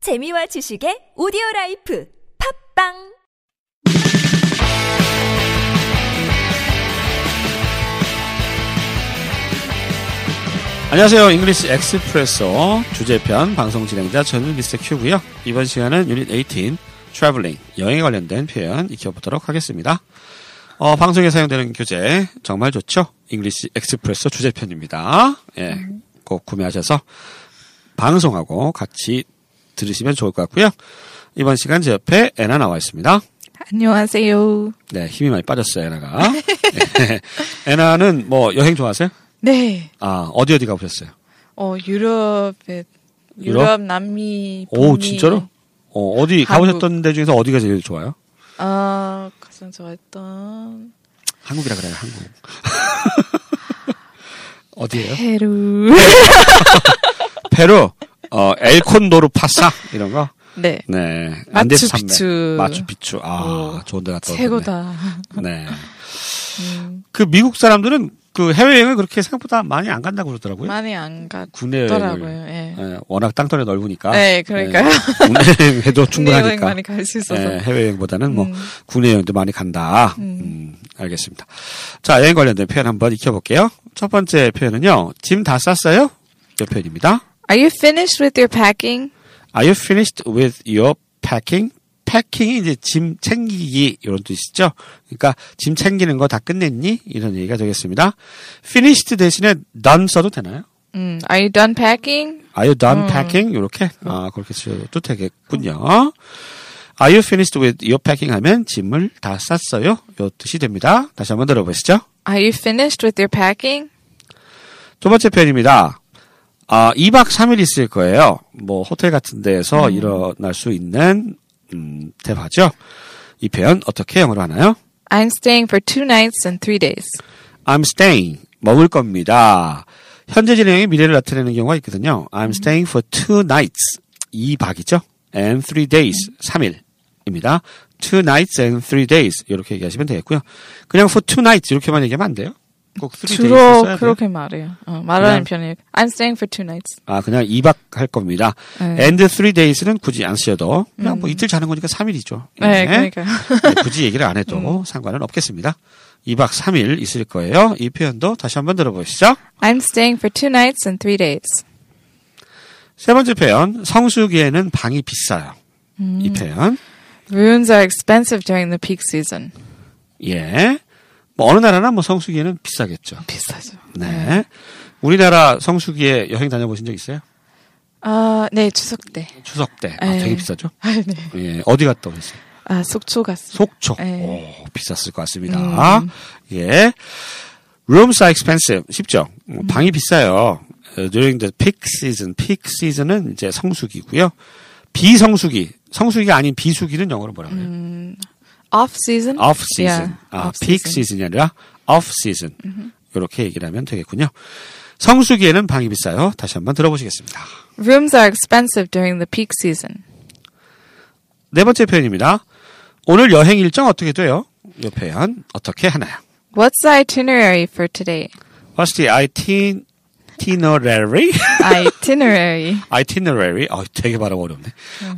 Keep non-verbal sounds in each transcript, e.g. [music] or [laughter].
재미와 지식의 오디오 라이프 팝빵 안녕하세요. 잉글리시 엑스프레소 주제편 방송 진행자 저는 미스터 큐고요. 이번 시간은 유닛 18 트래블링 여행에 관련된 표현 익혀보도록 하겠습니다. 어, 방송에 사용되는 교재 정말 좋죠. 잉글리시 엑스프레소 주제편입니다. 예, 꼭 구매하셔서 방송하고 같이 들으시면 좋을 것 같고요. 이번 시간 제 옆에 애나 나와 있습니다. 안녕하세요. 네, 힘이 많이 빠졌어요, 애나가. [laughs] 애나는 뭐 여행 좋아하세요? 네, 아, 어디 어디 가보셨어요? 어 유럽에 유럽, 유럽? 남미 오, 북미, 진짜로? 어, 어디 한국. 가보셨던 데 중에서 어디가 제일 좋아요? 아 가장 좋아했던 한국이라 그래요, 한국. [laughs] 어디예요? 페루. 페루. 어, 엘콘도르 파사 이런 거. 네, 네. 산맥. 마추픽추. 마추픽추. 아, 오, 좋은 데 갔다 오셨네. 최고다. 네. [laughs] 음, 그 미국 사람들은 그 해외여행을 그렇게 생각보다 많이 안 간다고 그러더라고요. 많이 안 국내 갔더라고요. 여행을. 예. 예, 워낙 땅덩이 넓으니까. 네, 그러니까요. 예, 국내 여행해도 국내 여행 충분하니까. 네, 많이 갈 수 있어서. 예, 해외여행보다는 뭐 음. 국내 여행도 많이 간다. 음. 음. 알겠습니다. 자, 여행 관련된 표현 한번 익혀볼게요. 첫 번째 표현은요. 짐 다 쌌어요? 이 표현입니다. Are you finished with your packing? Are you finished with your packing? 패킹이 이제 짐 챙기기 이런 뜻이죠. 그러니까 짐 챙기는 거 다 끝냈니? 이런 얘기가 되겠습니다. finished 대신에 done 써도 되나요? 음, Are you done packing? Are you done packing? 요렇게 아 그렇게 쓰셔도 되겠군요. Are you finished with your packing? 하면 짐을 다 쌌어요. 요 뜻이 됩니다. 다시 한번 들어보시죠. Are you finished with your packing? 두 번째 표현입니다. 아, 2박 3일 있을 거예요. 뭐, 호텔 같은 데에서 일어날 수 있는, 음, 대화죠. 이 표현 어떻게 영어로 하나요? I'm staying for two nights and three days. I'm staying. 머물 겁니다. 현재 진행이 미래를 나타내는 경우가 있거든요. I'm staying for two nights. 2박이죠. And three days. 3일입니다. Two nights and three days. 이렇게 얘기하시면 되겠고요. 그냥 for two nights. 이렇게만 얘기하면 안 돼요. 꼭 three days. 주로 써야 돼요. 그렇게 말해요. 어, 말하는 그냥- 편이에요. I'm staying for two nights. 아, 그냥 2박 할 겁니다. 네. 음. and three days는 굳이 안 쓰셔도 그냥 뭐 이틀 자는 거니까 3일이죠. 네, 그러니까. 음. 굳이 얘기를 안 해도 [laughs] 상관은 없겠습니다. 2박 3일 있을 거예요. 이 표현도 다시 한번 들어보시죠. I'm staying for two nights and three days. 세 번째 표현, 성수기에는 방이 비싸요. 음. 이 표현. Rooms are expensive during the peak season. 예. 뭐 어느 나라나 뭐 성수기에는 비싸겠죠. 비싸죠. 네. 우리나라 성수기에 여행 다녀보신 적 있어요? 아, 네, 추석 때. 추석 때. 아, 네. 되게 비싸죠? 아, 네. 예. 어디 갔다 오셨어요? 아, 속초 갔어요. 속초. 네. 음. 오, 비쌌을 것 같습니다. 예. Rooms are expensive. 쉽죠? 어, 방이 비싸요. 어, During the peak season. peak season은 이제 성수기고요. 비성수기. 성수기가 아닌 비수기는 영어로 뭐라고 해요? Off season? off season. Yeah, 아, off peak season. Mm-hmm. season이 아니라 off season. 이렇게 얘기를 하면 되겠군요. 성수기에는 방이 비싸요. 다시 한번 들어보시겠습니다. Rooms are expensive during the peak season. 네 번째 표현입니다. 오늘 여행 일정 어떻게 돼요? 이 표현 어떻게 하나요? What's the itinerary for today? What's the itin- itinerary? Itinerary. itinerary. 아, 되게 발음 어렵네.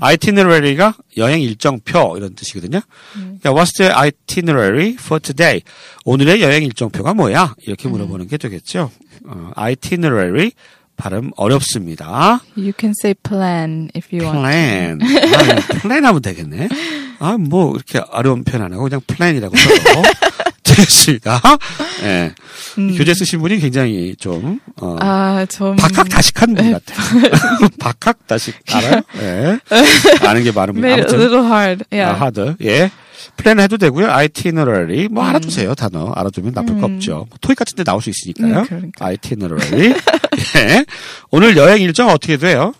itinerary가 여행 일정표 이런 뜻이거든요. 그러니까 what's the itinerary for today? 오늘의 여행 일정표가 뭐야? 이렇게 물어보는 게 되겠죠. 어, itinerary 발음 어렵습니다. You can say plan if you want. plan. 아, plan 하면 되겠네. 아, 뭐, 이렇게 어려운 표현 안 하고 그냥 plan이라고 써도 되겠습니다. 예. 교재 쓰신 분이 굉장히 좀, 어, 아, 좀. 박학다식한 네. 분 같아요. [laughs] 박학다식 알아요? 예. 네. 아는 게 많은 분. Made it a 아무튼 little hard. 아, Yeah. 하드 예. 플랜 해도 되고요. itinerary 음. 뭐 알아두세요 단어 알아두면 나쁠 거 없죠. 뭐 토익 같은데 나올 수 있으니까요. 음, 그러니까. itinerary [laughs] 예. 오늘 여행 일정 어떻게 돼요?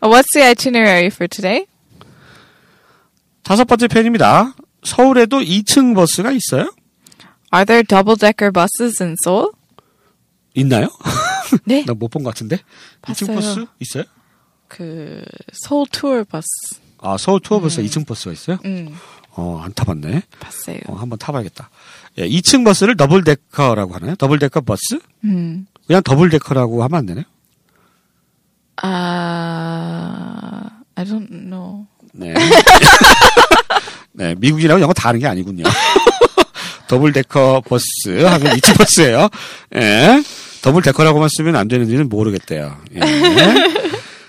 What's the itinerary for today? 다섯 번째 편입니다. 서울에도 2층 버스가 있어요? Are there double decker buses in [laughs] Seoul? 있나요? 네. [laughs] 나 못 본 것 같은데. 2층 버스 봤어요. 있어요? 그 서울 투어 버스. 아 서울 네. 투어버스 에 2층 버스가 있어요? 음, 어 안 타봤네. 봤어요. 어, 한번 타봐야겠다. 예, 2층 버스를 더블 데커라고 하나요? 더블 데커 버스? 음. 그냥 더블 데커라고 하면 안 되나요? 아, I don't know. 네. [laughs] 네, 미국이라고 영어 다 하는 게 아니군요. [laughs] 더블 데커 버스 하면 이층 버스예요. 예. 더블 데커라고만 쓰면 안 되는지는 모르겠대요. 예.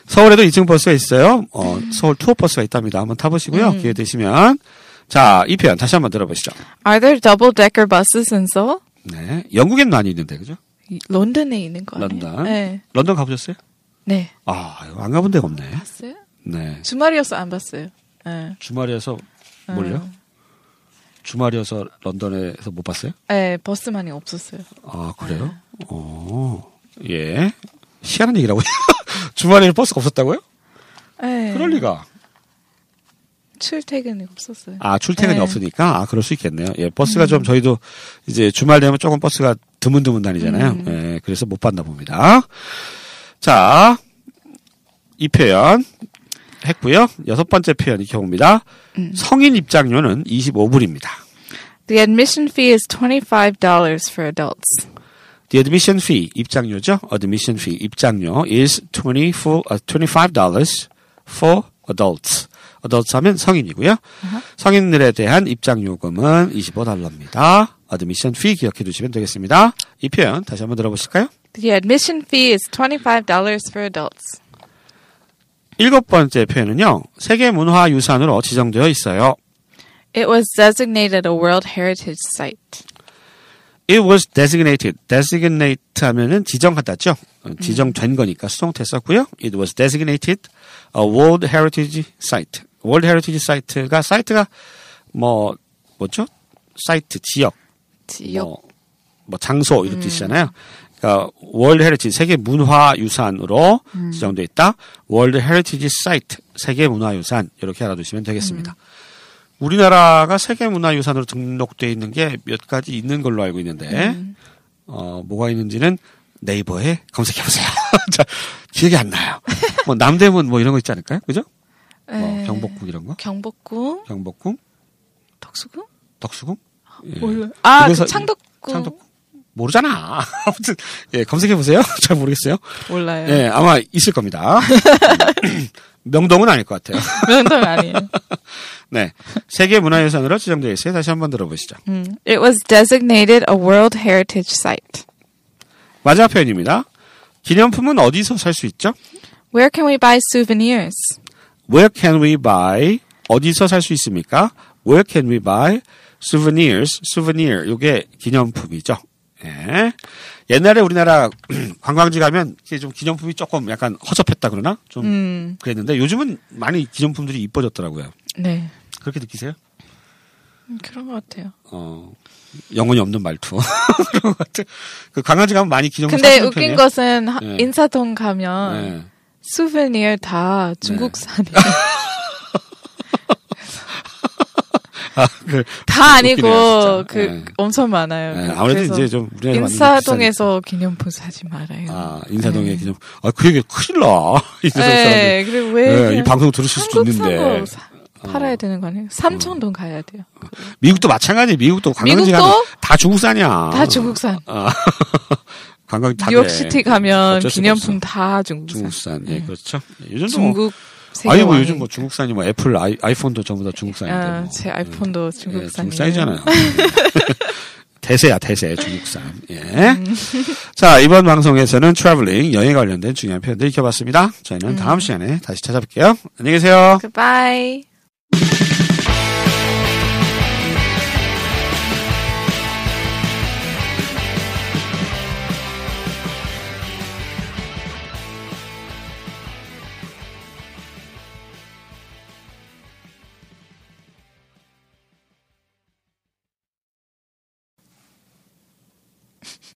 서울에도 2층 버스가 있어요. 어, 서울 투어 버스가 있답니다. 한번 타보시고요. 음. 기회 되시면. 자, 이 편 다시 한번 들어보시죠. Are there double decker buses in Seoul? 네. 영국엔 많이 있는데, 그죠? 이- 런던에 있는 거 아니에요? 런던. 네. 런던 가보셨어요? 네. 아, 이거 안 가본 데가 없네. 봤어요? 네. 주말이어서 안 봤어요. 네. 주말이어서, 뭘요? 주말이어서 런던에서 못 봤어요? 네, 버스만이 없었어요. 아, 그래요? 어, 예. 희한한 얘기라고요? [laughs] 주말에는 버스가 없었다고요? 네. 그럴리가. 출퇴근이 없었어요. 아, 출퇴근이 네. 음. 없으니까? 아, 그럴 수 있겠네요. 예, 버스가 좀 저희도 이제 주말 되면 조금 버스가 드문드문 다니잖아요. 음. 예, 그래서 못 봤나 봅니다. 자, 이 표현 했고요. 여섯 번째 표현 익혀봅니다. 음. 성인 입장료는 25불입니다. The admission fee is $25 for adults. The admission fee, 입장료죠? Admission fee, 입장료 is 24, 아, $25 for adults. adults 하면 성인이고요. 성인들에 대한 입장요금은 25달러입니다. admission fee 기억해 두시면 되겠습니다. 이 표현 다시 한번 들어보실까요? The admission fee is $25 for adults. 일곱 번째 표현은요. 세계 문화 유산으로 지정되어 있어요. It was designated a World Heritage Site. It was designated. designate 하면은 지정하다죠. 어, 지정된 거니까 수동태 썼고요. It was designated a World Heritage Site. World Heritage Site가 사이트가 뭐 뭐죠? 사이트 지역, 지역. 뭐, 뭐 장소 이런 뜻이잖아요. 그러니까 월드 헤리티지 세계 문화 유산으로 지정돼 있다. 월드 헤리티지 사이트 세계 문화 유산 이렇게 알아두시면 되겠습니다. 우리나라가 세계 문화 유산으로 등록돼 있는 게 몇 가지 있는 걸로 알고 있는데 어 뭐가 있는지는 네이버에 검색해 보세요. [laughs] 자, 기억이 안 나요. 뭐 남대문 뭐 이런 거 있지 않을까요? 그죠? 뭐 네. 경복궁 이런 거? 경복궁, 경복궁, 덕수궁? 덕수궁? 예. 몰라. 아, 그래서 그 이- 창덕궁. 창덕 모르잖아. [laughs] 아무튼 예 검색해 보세요. [laughs] 잘 모르겠어요. 몰라요. 예 아마 있을 겁니다. [laughs] 음, 명동은 아닐 것 같아요. 명동 아니에요. 네 세계 문화유산으로 지정되어 있어요. 다시 한번 들어보시죠. 음. It was designated a World Heritage Site. 마지막 표현입니다. 기념품은 어디서 살 수 있죠? Where can we buy souvenirs? Where can we buy? 어디서 살 수 있습니까? Where can we buy souvenirs? souvenir 요게 기념품이죠. 예. 옛날에 우리나라 [clears throat] 관광지 가면 이게 좀 기념품이 조금 약간 허접했다 그러나 좀 음. 그랬는데 요즘은 많이 기념품들이 이뻐졌더라고요. 네. 그렇게 느끼세요? 음, 그런 것 같아요. 어 영혼이 없는 말투 [laughs] 그런 것 같아. 그 관광지 가면 많이 기념품 근데 사시는 웃긴 편이에요? 것은 하- 예. 인사동 가면 예. 수베니어 다 네. 중국산이에요. [laughs] [laughs] 아, 그, 웃기네요, 다 아니고 진짜. 그 예. 엄청 많아요. 예, 아무래도 그래서 이제 좀 우리나라에 맞는 게 인사동에서 기념품 사지 말아요. 아 음. 인사동에 기념 아그 얘기 큰일 나 [laughs] 인사동 사람들 네, 그리고 왜 예, 이 그냥 방송 들으실 수도 한국 있는데 어. 음. 산거 사- 팔아야 되는 거 아니에요? 삼천동 가야 돼요. 미국도 마찬가지 미국도 관광지 미국도? 가면 다 중국산이야 다 중국산. 아, 관광지 다 뉴욕시티 그래. 가면 아, 네. 어쩔 수가 기념품 없어. 다 중국산. 중국산 예 그렇죠 요즘 뭐, 중국 세계 아니 뭐 왕이. 요즘 뭐 중국산이 뭐 애플 아이, 아이폰도 전부 다 중국산인데 아, 뭐. 제 아이폰도 중국산이에요. [laughs] 중국산이잖아요. 예. 대세야 대세 중국산. 예. 음. 자 이번 방송에서는 트래블링 여행 음. 관련된 중요한 표현들 익혀봤습니다. 저희는 다음 시간에 다시 찾아뵐게요. 안녕히 계세요. Goodbye.